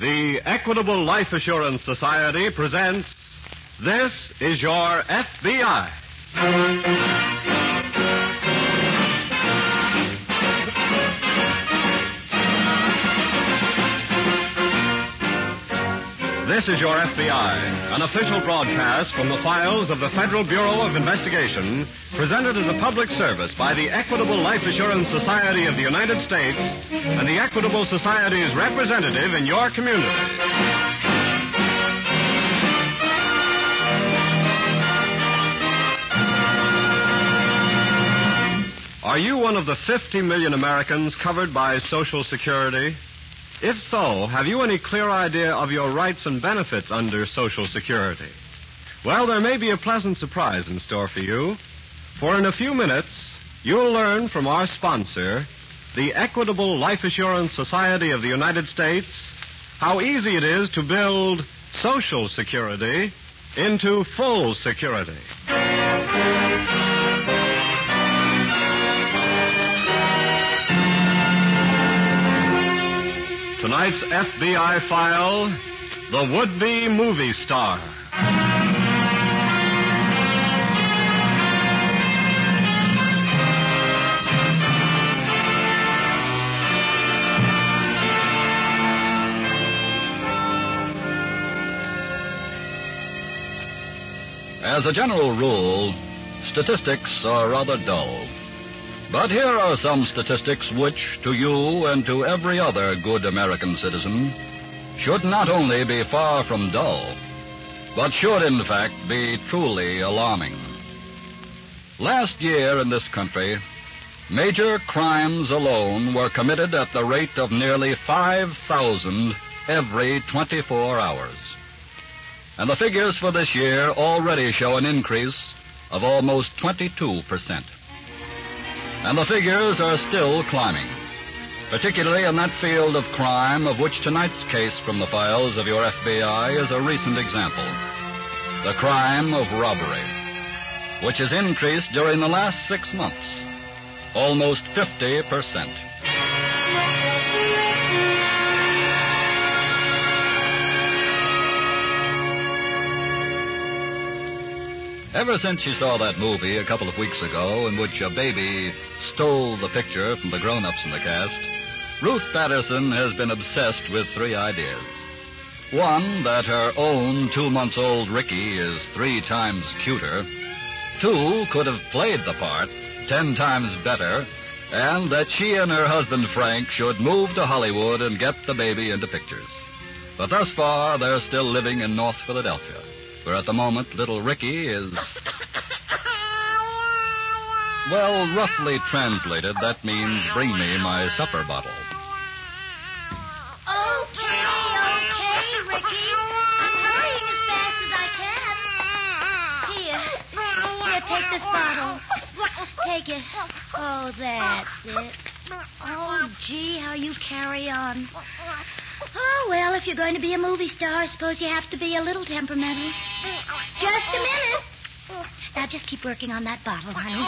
The Equitable Life Assurance Society presents This is Your FBI. This is Your FBI, an official broadcast from the files of the Federal Bureau of Investigation, presented as a public service by the Equitable Life Assurance Society of the United States and the Equitable Society's representative in your community. Are you one of the 50 million Americans covered by Social Security? If so, have you any clear idea of your rights and benefits under Social Security? Well, there may be a pleasant surprise in store for you, for in a few minutes, you'll learn from our sponsor, the Equitable Life Assurance Society of the United States, how easy it is to build Social Security into full security. Tonight's FBI file The Would Be Movie Star. As a general rule, statistics are rather dull. But here are some statistics which, to you and to every other good American citizen, should not only be far from dull, but should, in fact, be truly alarming. Last year in this country, major crimes alone were committed at the rate of nearly 5,000 every 24 hours. And the figures for this year already show an increase of almost 22%. And the figures are still climbing, particularly in that field of crime of which tonight's case from the files of your FBI is a recent example. The crime of robbery, which has increased during the last six months, almost 50%. Ever since she saw that movie a couple of weeks ago in which a baby stole the picture from the grown-ups in the cast, Ruth Patterson has been obsessed with three ideas. One, that her own two-months-old Ricky is three times cuter. Two, could have played the part ten times better. And that she and her husband Frank should move to Hollywood and get the baby into pictures. But thus far, they're still living in North Philadelphia, where at the moment little Ricky is well, roughly translated, that means bring me my supper bottle. Okay, okay, Ricky. I'm hurrying as fast as I can. Here. Here, take this bottle. Take it. Oh, that's it. Oh, gee, how you carry on. Oh, well, if you're going to be a movie star, I suppose you have to be a little temperamental. Just a minute. Now, just keep working on that bottle, honey.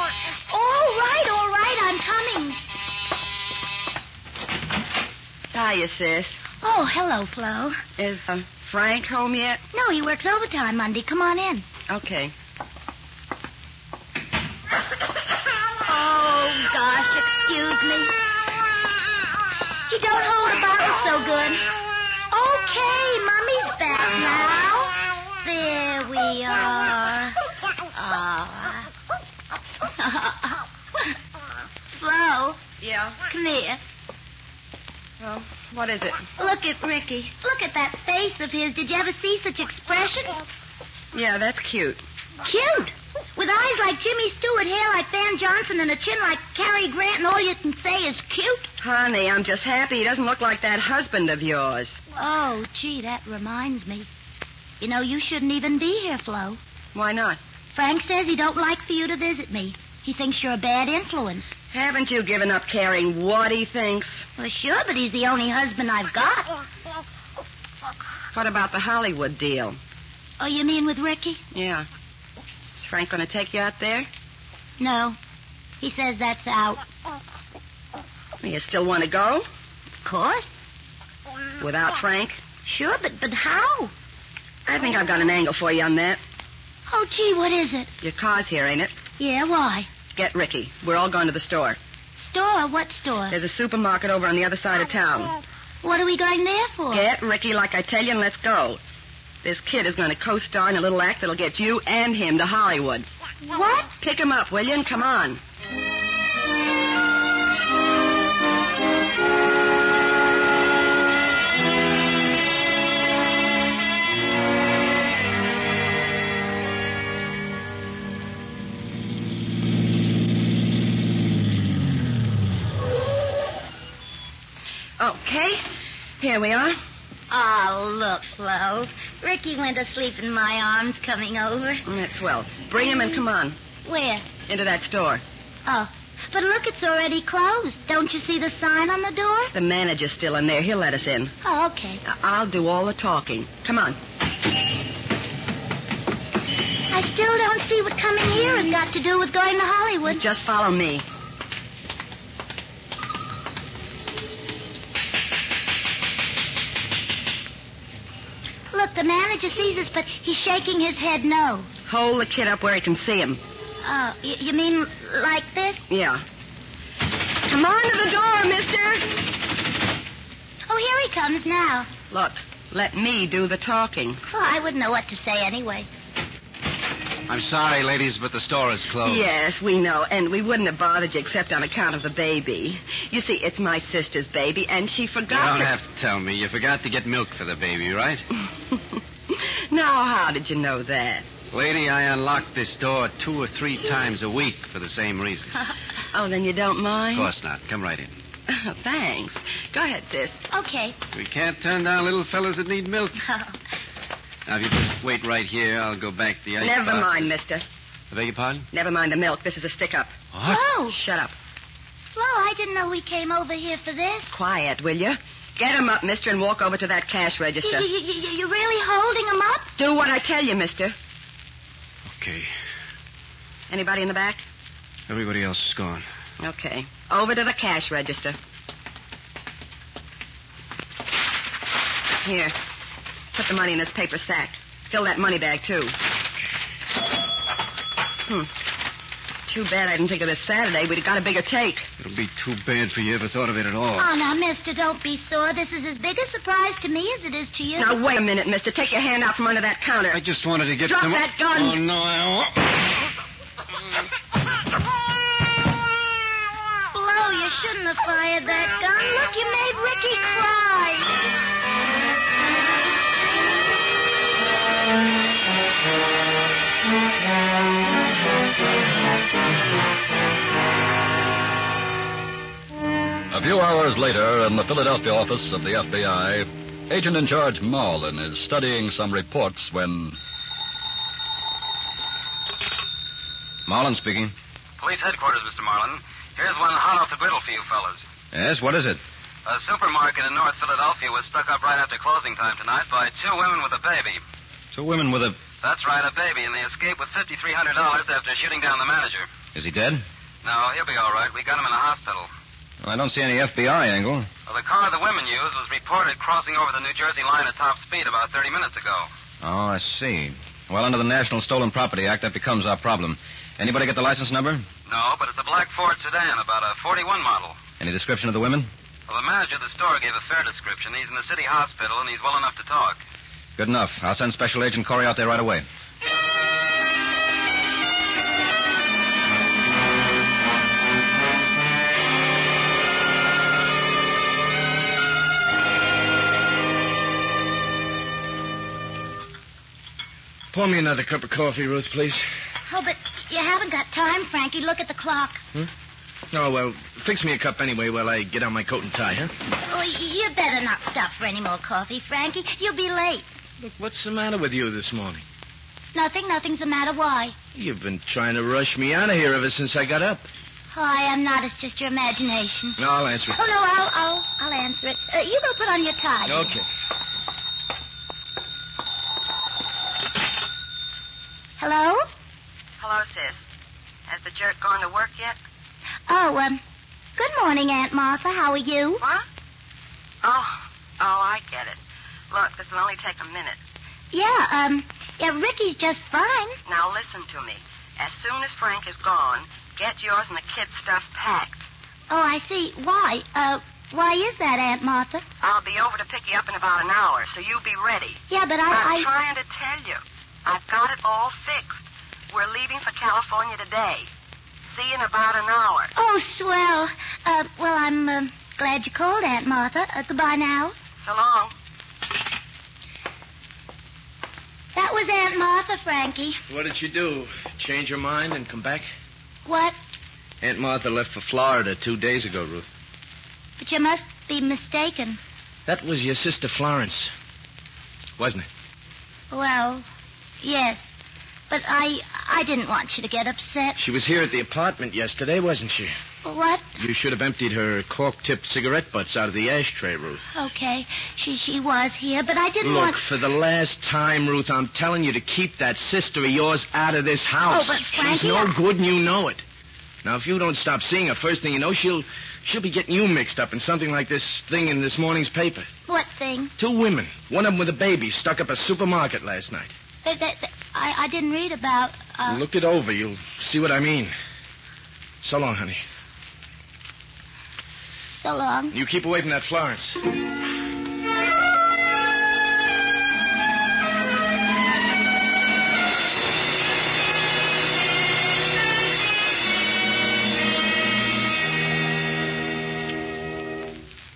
All right, all right, I'm coming. Hiya, sis. Oh, hello, Flo. Is uh, Frank home yet? No, he works overtime Monday. Come on in. Okay. Oh, gosh, excuse me. He don't hold the bottle so good. Okay, Mommy's back now. There we are. Aw. Flo, Yeah. come here. Well, what is it? Look at Ricky. Look at that face of his. Did you ever see such expression? Yeah, that's cute. Cute. With eyes like Jimmy Stewart, hair like Van Johnson, and a chin like Cary Grant, and all you can say is cute. Honey, I'm just happy he doesn't look like that husband of yours. Oh, gee, that reminds me. You know, you shouldn't even be here, Flo. Why not? Frank says he don't like for you to visit me. He thinks you're a bad influence. Haven't you given up caring what he thinks? Well, sure, but he's the only husband I've got. What about the Hollywood deal? Oh, you mean with Ricky? Yeah. Is Frank going to take you out there? No. He says that's out. You still want to go? Of course. Without Frank? Sure, but but how? I think I've got an angle for you on that. Oh, gee, what is it? Your car's here, ain't it? Yeah, why? Get Ricky. We're all going to the store. Store? What store? There's a supermarket over on the other side of town. What are we going there for? Get Ricky like I tell you and let's go. This kid is going to co-star in a little act that'll get you and him to Hollywood. What? Pick him up, will you? And come on. Okay. Here we are. Oh, look, Flo. Ricky went to sleep in my arms coming over. That's well. Bring him and come on. Where? Into that store. Oh. But look, it's already closed. Don't you see the sign on the door? The manager's still in there. He'll let us in. Oh, okay. I- I'll do all the talking. Come on. I still don't see what coming here has got to do with going to Hollywood. Just follow me. Look, the manager sees us, but he's shaking his head no. Hold the kid up where he can see him. Oh, y- you mean like this? Yeah. Come on to the door, mister. Oh, here he comes now. Look, let me do the talking. Oh, I wouldn't know what to say anyway. I'm sorry, ladies, but the store is closed. Yes, we know, and we wouldn't have bothered you except on account of the baby. You see, it's my sister's baby, and she You forgot don't to- have to tell me. You forgot to get milk for the baby, right? now, how did you know that? Lady, I unlock this door two or three times a week for the same reason. Oh, then you don't Of mind? course not. Come right in. Oh, thanks. Go ahead, sis. Okay. Oh, We can't turn down little fellas that need milk. Now, if you just wait right here, I'll go back to the ice Never box. mind, mister. I beg your pardon? Never mind the milk. This is a stick up. Oh, Shut up. Flo, I didn't know we came over here for this. Quiet, will you? Get him up, mister, and walk over to that cash You, register. you, you, you're really holding him up? Do what I tell you, mister. Okay. Anybody in the back? Everybody else is gone. Okay. Over to the cash register. Here. Put the money in this paper sack. Fill that money bag, too. Hmm. Too bad I didn't think of this Saturday. We'd have got a bigger take. It'll be too bad for you ever thought of it at all. Oh, now, mister, don't be sore. This is as big a surprise to me as it is to you. Now, wait a minute, mister. Take your hand out from under that counter. I just wanted to get Drop some... that gun. Oh, no, I... Flo, you shouldn't have fired that gun. Look, you made Ricky cry. A few hours later, in the Philadelphia office of the FBI, agent in charge Marlin is studying some reports when. Marlin speaking. Police headquarters, Mr. Marlin. Here's one hot off the griddle for you fellas. Yes, what is it? A supermarket in North Philadelphia was stuck up right after closing time tonight by two women with a baby. Two women with a. That's right, a baby, and they escaped with $5,300 after shooting down the manager. Is he dead? No, he'll be all right. We got him in the hospital. I don't see any FBI angle. Well, the car the women used was reported crossing over the New Jersey line at top speed about 30 minutes ago. Oh, I see. Well, under the National Stolen Property Act, that becomes our problem. Anybody get the license number? No, but it's a black Ford sedan, about a 41 model. Any description of the women? Well, the manager of the store gave a fair description. He's in the city hospital, and he's well enough to talk. Good enough. I'll send Special Agent Corey out there right away. Pour me another cup of coffee, Ruth, please. Oh, but you haven't got time, Frankie. Look at the clock. Oh, well, fix me a cup anyway while I get on my coat and tie, huh? Oh, you better not stop for any more coffee, Frankie. You'll be late. Look, what's the matter with you this morning? Nothing, nothing's the matter. Why? You've been trying to rush me out of here ever since I got up. Oh, I am not. It's just your imagination. Mm. No, I'll answer Oh, it. no, I'll, I'll, I'll answer it. Uh, you go put on your tie. Okay. Hello? Hello, sis. Has the jerk gone to work yet? Oh, um, good morning, Aunt Martha. How are you? What? Oh, oh, I get it. Look, this will only take a minute. Yeah, um, yeah, Ricky's just fine. Now listen to me. As soon as Frank is gone, get yours and the kid's stuff packed. Oh, I see. Why? Uh, why is that, Aunt Martha? I'll be over to pick you up in about an hour, so you be ready. Yeah, but I'm I, I... trying to tell you. I've got it all fixed. We're leaving for California today. See you in about an hour. Oh, swell. Uh, well, I'm, um, glad you called, Aunt Martha. Uh, goodbye now. So long. That was Aunt Martha, Frankie. What did she do? Change her mind and come back? What? Aunt Martha left for Florida two days ago, Ruth. But you must be mistaken. That was your sister Florence, wasn't it? Well, yes. But I, I didn't want you to get upset. She was here at the apartment yesterday, wasn't she? What? You should have emptied her cork-tipped cigarette butts out of the ashtray, Ruth. Okay. She, she was here, but I didn't Look, want... for the last time, Ruth, I'm telling you to keep that sister of yours out of this house. Oh, but She's Frankie, no I- good, and you know it. Now, if you don't stop seeing her, first thing you know, she'll she'll be getting you mixed up in something like this thing in this morning's paper. What thing? Two women, one of them with a baby, stuck up a supermarket last night. That, that, that- I, I didn't read about... Uh, Look it over. You'll see what I mean. So long, honey. so long. You keep away from that Florence.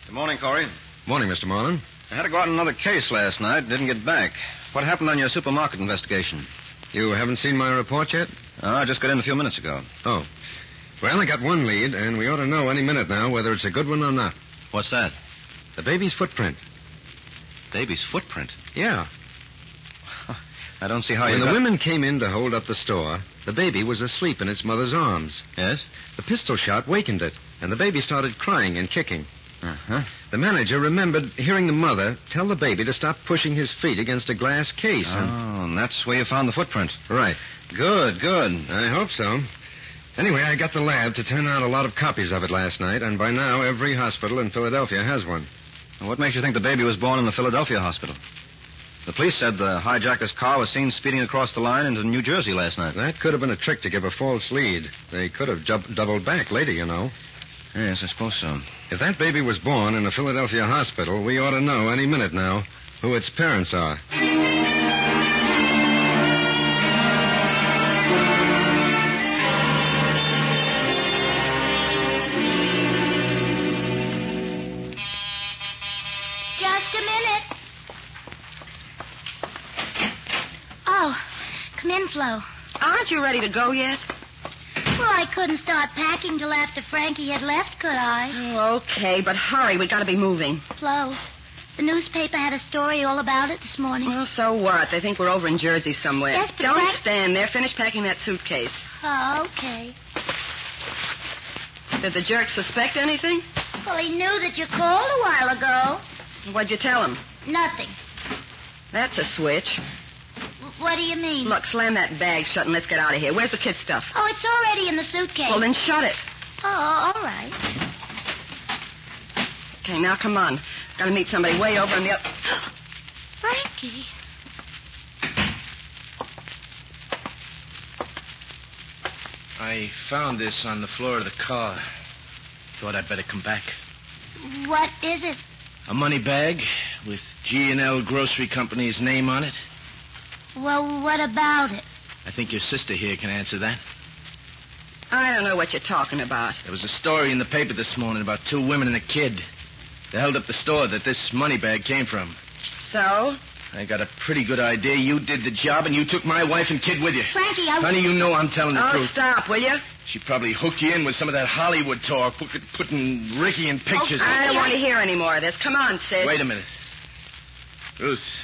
Good morning, Corey. Morning, Mr. Marlin. I had to go out on another case last night. Didn't get back. What happened on your supermarket investigation? You haven't seen my report yet? Uh, I just got in a few minutes ago. Oh. Well, I got one lead, and we ought to know any minute now whether it's a good one or not. What's that? The baby's footprint. Baby's footprint. Yeah. I don't see how when you. the got- women came in to hold up the store, the baby was asleep in its mother's arms. Yes. The pistol shot wakened it, and the baby started crying and kicking. Uh huh. The manager remembered hearing the mother tell the baby to stop pushing his feet against a glass case. and- Oh, and that's where you found the footprint. Right. Good, good. I hope so. Anyway, I got the lab to turn out a lot of copies of it last night, and by now every hospital in Philadelphia has one. What makes you think the baby was born in the Philadelphia hospital? The police said the hijacker's car was seen speeding across the line into New Jersey last night. That could have been a trick to give a false lead. They could have jub- doubled back later, you know. Yes, I suppose so. If that baby was born in a Philadelphia hospital, we ought to know any minute now who its parents are. Just a minute. Oh, come in, Flo. Aren't you ready to go yet? Well, I couldn't start packing till after Frankie had left, could I? Oh, okay, but hurry. We gotta be moving. Flo, the newspaper had a story all about it this morning. Well, so what? They think we're over in Jersey somewhere. Yes, but Don't Frank- stand there. Finish packing that suitcase. Oh, okay. Did the jerk suspect anything? Well, he knew that you called a while ago. What'd you tell him? Nothing. That's a switch. W- What do you mean? Look, slam that bag shut and let's get out of here. Where's the kid's stuff? Oh, it's already in the suitcase. Well, then shut it. Oh, all right. Okay, now come on. Gotta meet somebody way over in the other. Frankie. I found this on the floor of the car. Thought I'd better come back. What is it? A money bag with G and L Grocery Company's name on it. Well, what about it? I think your sister here can answer that. I don't know what you're talking about. There was a story in the paper this morning about two women and a kid. They held up the store that this money bag came from. So? I got a pretty good idea. You did the job, and you took my wife and kid with you. Frankie, I... Honey, you know I'm telling the Oh, truth. stop, will you? She probably hooked you in with some of that Hollywood talk, put- putting Ricky in pictures. Oh, I don't want to hear any more of this. Come on, Sid. Wait a minute. Ruth,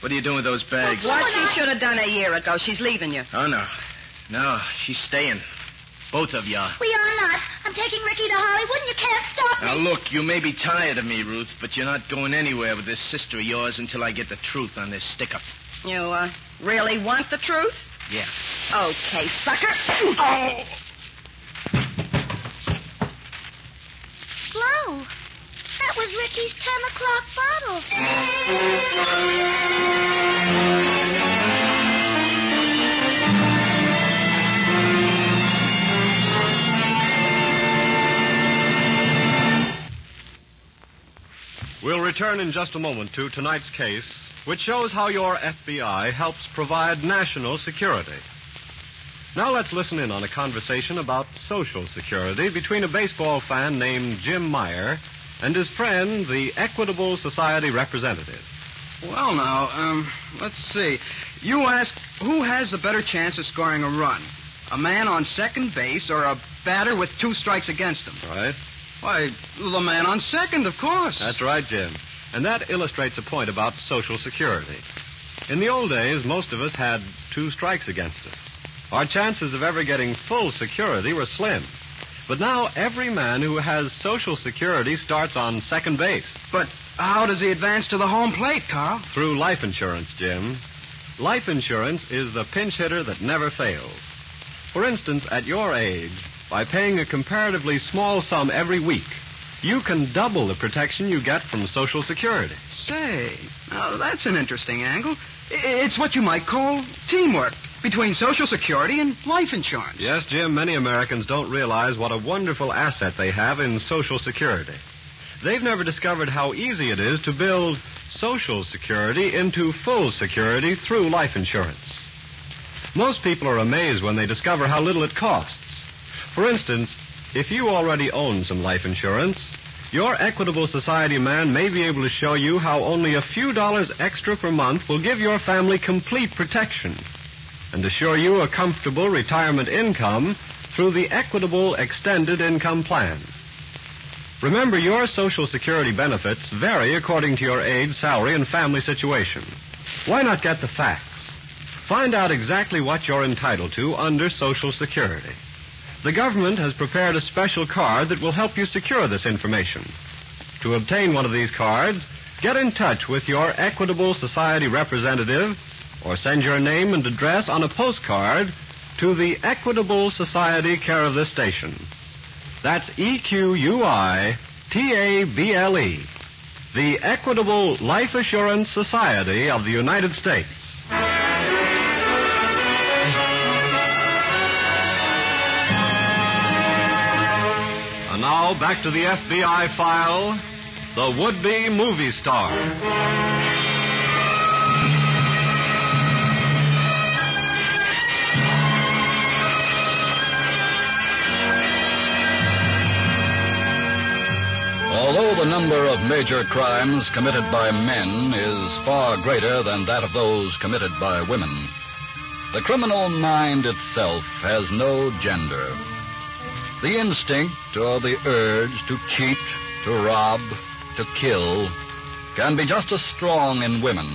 what are you doing with those bags? What she should have done a year ago. She's leaving you. Oh, no. No, she's staying. Both of you are. We are not. I'm taking Ricky to Hollywood, and you can't stop me. Now, look, you may be tired of me, Ruth, but you're not going anywhere with this sister of yours until I get the truth on this stick up. You uh, really want the truth? Yeah. Okay, sucker. Oh. Blow. That was Ricky's 10 o'clock bottle. We'll return in just a moment to tonight's case, which shows how your FBI helps provide national security. Now let's listen in on a conversation about Social Security between a baseball fan named Jim Meyer and his friend, the Equitable Society representative. Well, now, um, let's see. You ask who has the better chance of scoring a run? A man on second base or a batter with two strikes against him? All right? Why, the man on second, of course. That's right, Jim. And that illustrates a point about Social Security. In the old days, most of us had two strikes against us. Our chances of ever getting full security were slim. But now every man who has Social Security starts on second base But how does he advance to the home plate, Carl? through life insurance, Jim. Life insurance is the pinch hitter that never fails. For instance, at your age, by paying a comparatively small sum every week, you can double the protection you get from Social Security. Say, now that's an interesting angle. I- It's what you might call teamwork between Social Security and life insurance. Yes, Jim, many Americans don't realize what a wonderful asset they have in Social Security. They've never discovered how easy it is to build Social Security into full security through life insurance. Most people are amazed when they discover how little it costs. For instance, if you already own some life insurance, your Equitable Society man may be able to show you how only a few dollars extra per month will give your family complete protection and assure you a comfortable retirement income through the Equitable Extended Income Plan. Remember, your Social Security benefits vary according to your age, salary, and family situation. Why not get the facts? Find out exactly what you're entitled to under Social Security. The government has prepared a special card that will help you secure this information. To obtain one of these cards, get in touch with your Equitable Society representative or send your name and address on a postcard to the Equitable Society care of this station. That's E Q U I T A B L E, the Equitable Life Assurance Society of the United States. And now back to the FBI file The Would Be Movie Star. Although the number of major crimes committed by men is far greater than that of those committed by women, the criminal mind itself has no gender. The instinct or the urge to cheat, to rob, to kill can be just as strong in women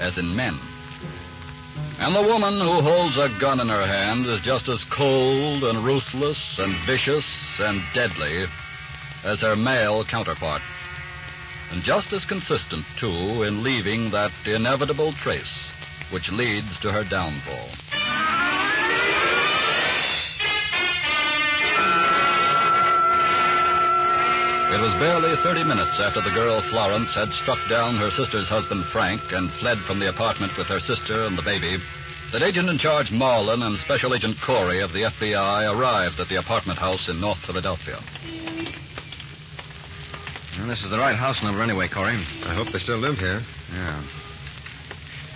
as in men. And the woman who holds a gun in her hand is just as cold and ruthless and vicious and deadly as her male counterpart. And just as consistent, too, in leaving that inevitable trace which leads to her downfall. It was barely 30 minutes after the girl Florence had struck down her sister's husband Frank and fled from the apartment with her sister and the baby that agent in charge Marlin and special agent Corey of the FBI arrived at the apartment house in North Philadelphia. Well, this is the right house number anyway, Corey. I hope they still live here. Yeah.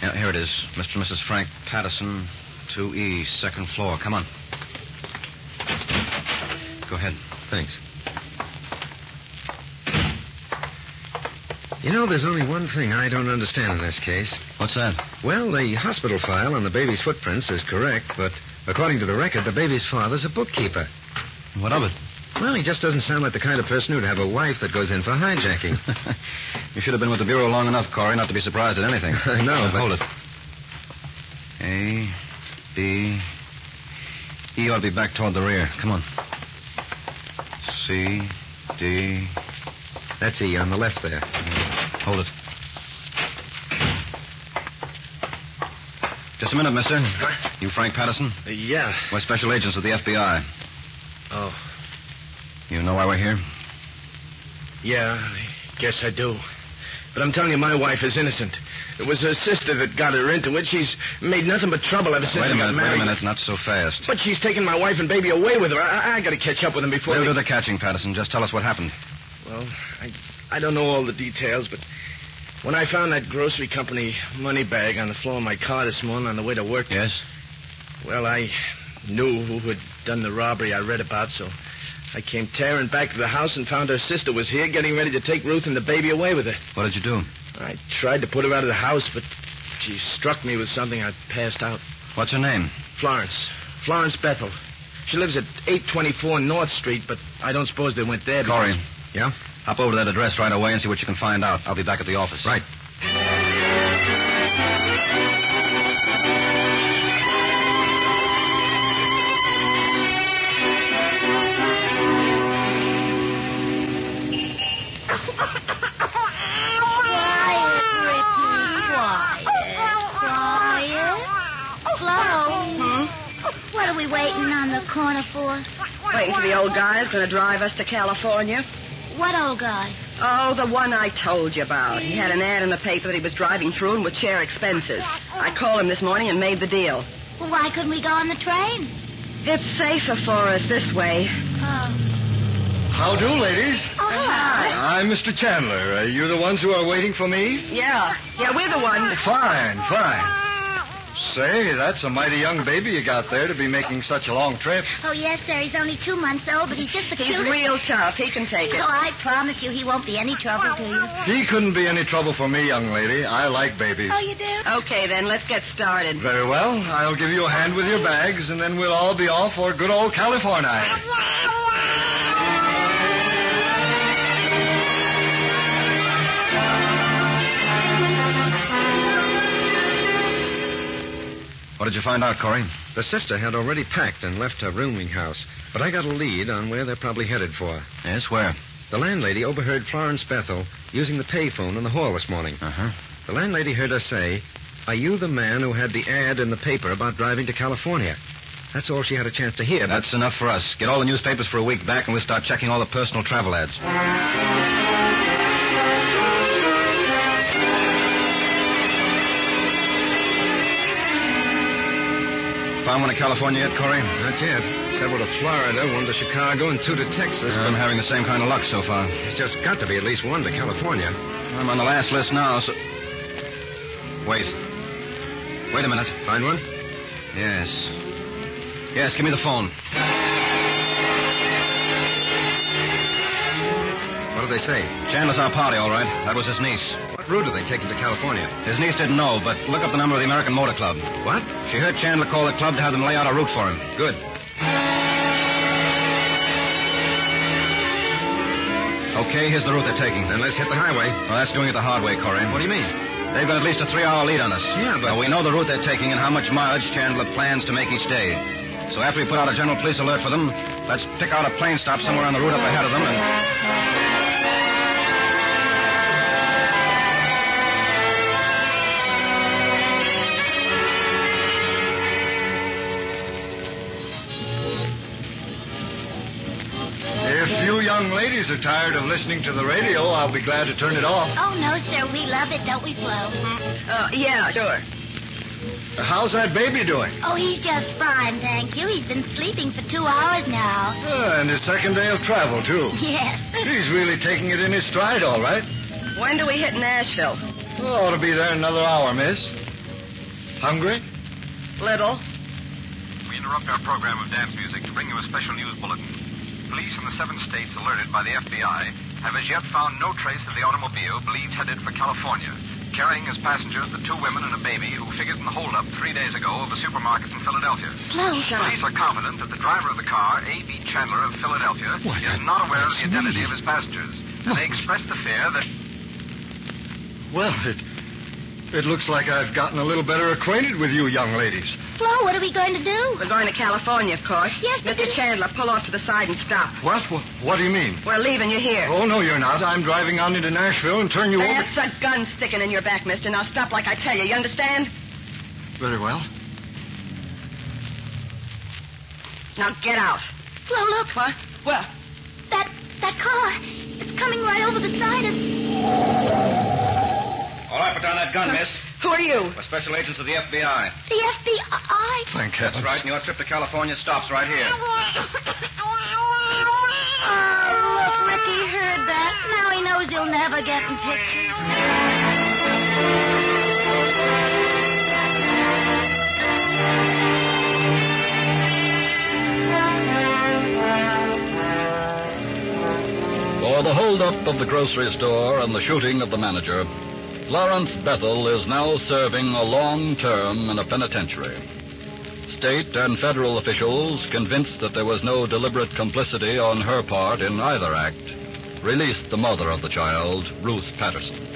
yeah. Here it is. Mr. and Mrs. Frank Patterson, 2E, second floor. Come on. Go ahead. Thanks. You know, there's only one thing I don't understand in this case. What's that? Well, the hospital file on the baby's footprints is correct, but According to the record, the baby's father's a bookkeeper. What of it? Well, he just doesn't sound like the kind of person who'd have a wife that goes in for hijacking. You should have been with the Bureau long enough, Corey, not to be surprised at anything. I know, Now, but- Hold it. A, B. He ought to be back toward the rear. Come on. C, D. That's he on the left there. Hold it. Just a minute, mister. You Frank Patterson? Uh, yeah. We're special agents of the FBI. Oh, You know why we're here? yeah, I guess I do. But I'm telling you, my wife is innocent. It was her sister that got her into it. She's made nothing but trouble ever since wait a we got minute, married. wait a minute. Not so fast. But she's taken my wife and baby away with her. I, I, I got to catch up with them before. We'll they- do the catching, Patterson. Just tell us what happened. Well, I, I don't know all the details, but when I found that grocery company money bag on the floor of my car this morning on the way to work, Yes? well, I knew who had done the robbery I read about, so I came tearing back to the house and found her sister was here getting ready to take Ruth and the baby away with her. What did you do? I tried to put her out of the house, but she struck me with something. I passed out. What's her name? Florence. Florence Bethel. She lives at 824 North Street, but I don't suppose they went there. because- Corey. Yeah? Hop over to that address right away and see what you can find out. I'll be back at the office. Right. Quiet, Ricky. Quiet. Quiet. Flo. Oh, What are we waiting on the corner for? Waiting for the old guy who's going to drive us to California. What old guy? Oh, the one I told you about. He had an ad in the paper that he was driving through and would share expenses. I called him this morning and made the deal. Well, why couldn't we go on the train? It's safer for us this way. Oh. How do, ladies? Oh, hi. Uh-huh. I'm Mr. Chandler. Are you the ones who are waiting for me? Yeah. Yeah, we're the ones. Fine, fine. Say, that's a mighty young baby you got there to be making such a long trip. Oh, yes, sir. He's only two months old, but he's just the He's cutest. real tough. He can take it. Oh, I promise you he won't be any trouble to you. He couldn't be any trouble for me, young lady. I like babies. Oh, you do? Okay, then, let's get started. Very well. I'll give you a hand with your bags, and then we'll all be off for good old California. What did you find out, Corey? The sister had already packed and left her rooming house, but I got a lead on where they're probably headed for. Yes, where? The landlady overheard Florence Bethel using the payphone in the hall this morning. Uh-huh. The landlady heard her say, Are you the man who had the ad in the paper about driving to California? That's all she had a chance to hear. but- That's enough for us. Get all the newspapers for a week back, and we'll start checking all the personal travel ads. Found one in California yet, Corey? Not yet. Several to Florida, one to Chicago, and two to Texas. I'm having the same kind of luck so far. There's just got to be at least one to California. I'm on the last list now, so. Wait. Wait a minute. Find one? Yes. Yes, give me the phone. What do they say? Chandler's our party, all right. That was his niece. What route are they taking to California? His niece didn't know, but look up the number of the American Motor Club. What? She heard Chandler call the club to have them lay out a route for him. Good. Okay, here's the route they're taking. Then let's hit the highway. Well, that's doing it the hard way, Corey. What do you mean? They've got at least a three-hour lead on us. Yeah, but- Now, we know the route they're taking and how much mileage Chandler plans to make each day. So after we put out a general police alert for them, let's pick out a plane stop somewhere on the route up ahead of them and... If you young ladies are tired of listening to the radio, I'll be glad to turn it off. Oh, no, sir. We love it, don't we, Flo? Uh, yeah, sure. How's that baby doing? Oh, he's just fine, thank you. He's been sleeping for two hours now. Ah, and his second day of travel, too. Yes. He's really taking it in his stride, all right. When do we hit Nashville? Well, ought to be there in another hour, miss. Hungry? Little. We interrupt our program of dance music to bring you a special news bulletin. Police in the seven states alerted by the FBI have as yet found no trace of the automobile believed headed for California. carrying as passengers the two women and a baby who figured in the holdup three days ago of a supermarket in Philadelphia. Police are confident that the driver of the car, A.B. Chandler of Philadelphia, What? is not aware of That's the identity me. of his passengers. And they express the fear that Well, it it looks like I've gotten a little better acquainted with you young ladies. Flo, what are we going to do? We're going to California, of course. Yes, but Mr. then- Chandler, pull off to the side and stop. What? What, what do you mean? We're leaving you here. Oh no, you're not. I'm driving on into Nashville and turn you That's a gun sticking in your back, mister. Now stop like I tell you. You understand? over. Very well. Now get out. Flo, look. What? Well, That that car. It's coming right over the side of. All right, put down that gun, miss. who are you? We're special agents of the FBI. The FBI. Thank heavens. That's right, and your trip to California stops right here. Oh, look, Ricky heard that. Now he knows he'll never get in pictures. For the holdup of the grocery store and the shooting of the manager, Florence Bethel is now serving a long term in a penitentiary. State and federal officials, convinced that there was no deliberate complicity on her part in either act, released the mother of the child, Ruth Patterson.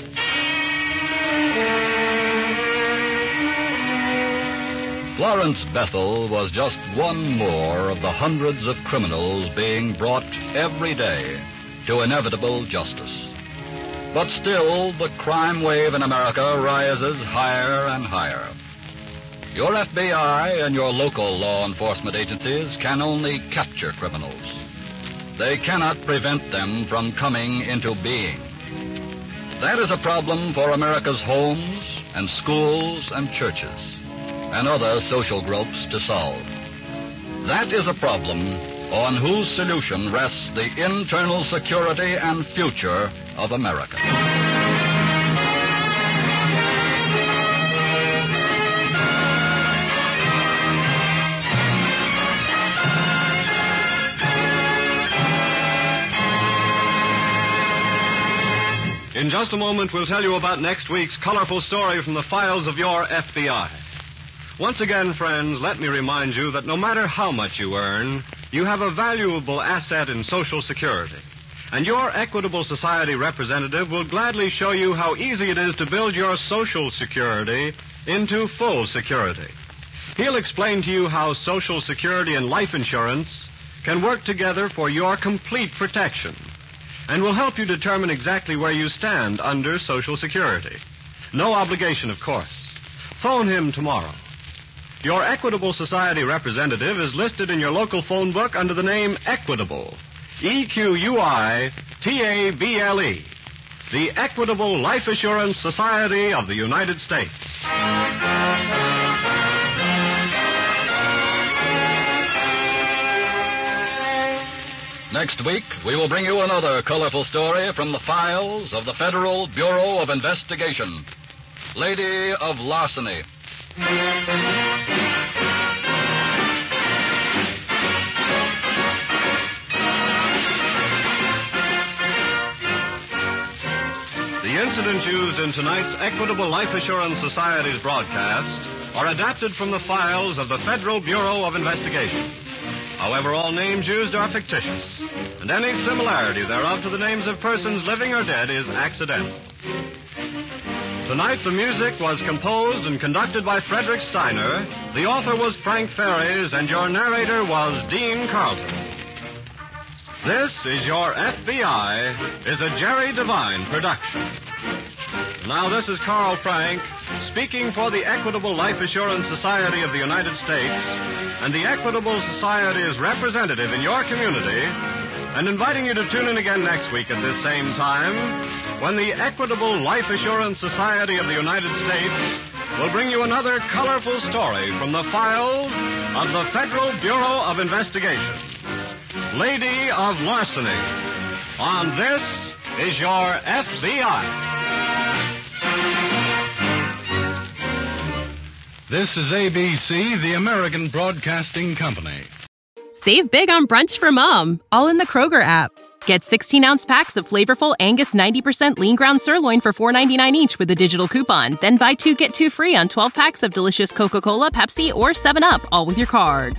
Florence Bethel was just one more of the hundreds of criminals being brought every day to inevitable justice. But still, the crime wave in America rises higher and higher. Your FBI and your local law enforcement agencies can only capture criminals. They cannot prevent them from coming into being. That is a problem for America's homes and schools and churches and other social groups to solve. That is a problem on whose solution rests the internal security and future of America. In just a moment, we'll tell you about next week's colorful story from the files of your FBI. Once again, friends, let me remind you that no matter how much you earn, you have a valuable asset in Social Security. And your Equitable Society representative will gladly show you how easy it is to build your Social Security into full security. He'll explain to you how Social Security and life insurance can work together for your complete protection and will help you determine exactly where you stand under Social Security. No obligation, of course. Phone him tomorrow. Your Equitable Society representative is listed in your local phone book under the name Equitable. E Q U I T A B L E. The Equitable Life Assurance Society of the United States. Next week, we will bring you another colorful story from the files of the Federal Bureau of Investigation Lady of Larceny. The incidents used in tonight's Equitable Life Assurance Society's broadcast are adapted from the files of the Federal Bureau of Investigation. However, all names used are fictitious, and any similarity thereof to the names of persons living or dead is accidental. Tonight, the music was composed and conducted by Frederick Steiner, the author was Frank Ferries, and your narrator was Dean Carlton. This is Your FBI is a Jerry Devine production. Now, this is Carl Frank speaking for the Equitable Life Assurance Society of the United States and the Equitable Society's representative in your community and inviting you to tune in again next week at this same time when the Equitable Life Assurance Society of the United States will bring you another colorful story from the files of the Federal Bureau of Investigation. Lady of Larceny. On this is your FBI. This is ABC, the American Broadcasting Company. Save big on brunch for mom, all in the Kroger app. Get 16 ounce packs of flavorful Angus 90% lean ground sirloin for $4.99 each with a digital coupon. Then buy two get two free on 12 packs of delicious Coca Cola, Pepsi, or 7UP, all with your card.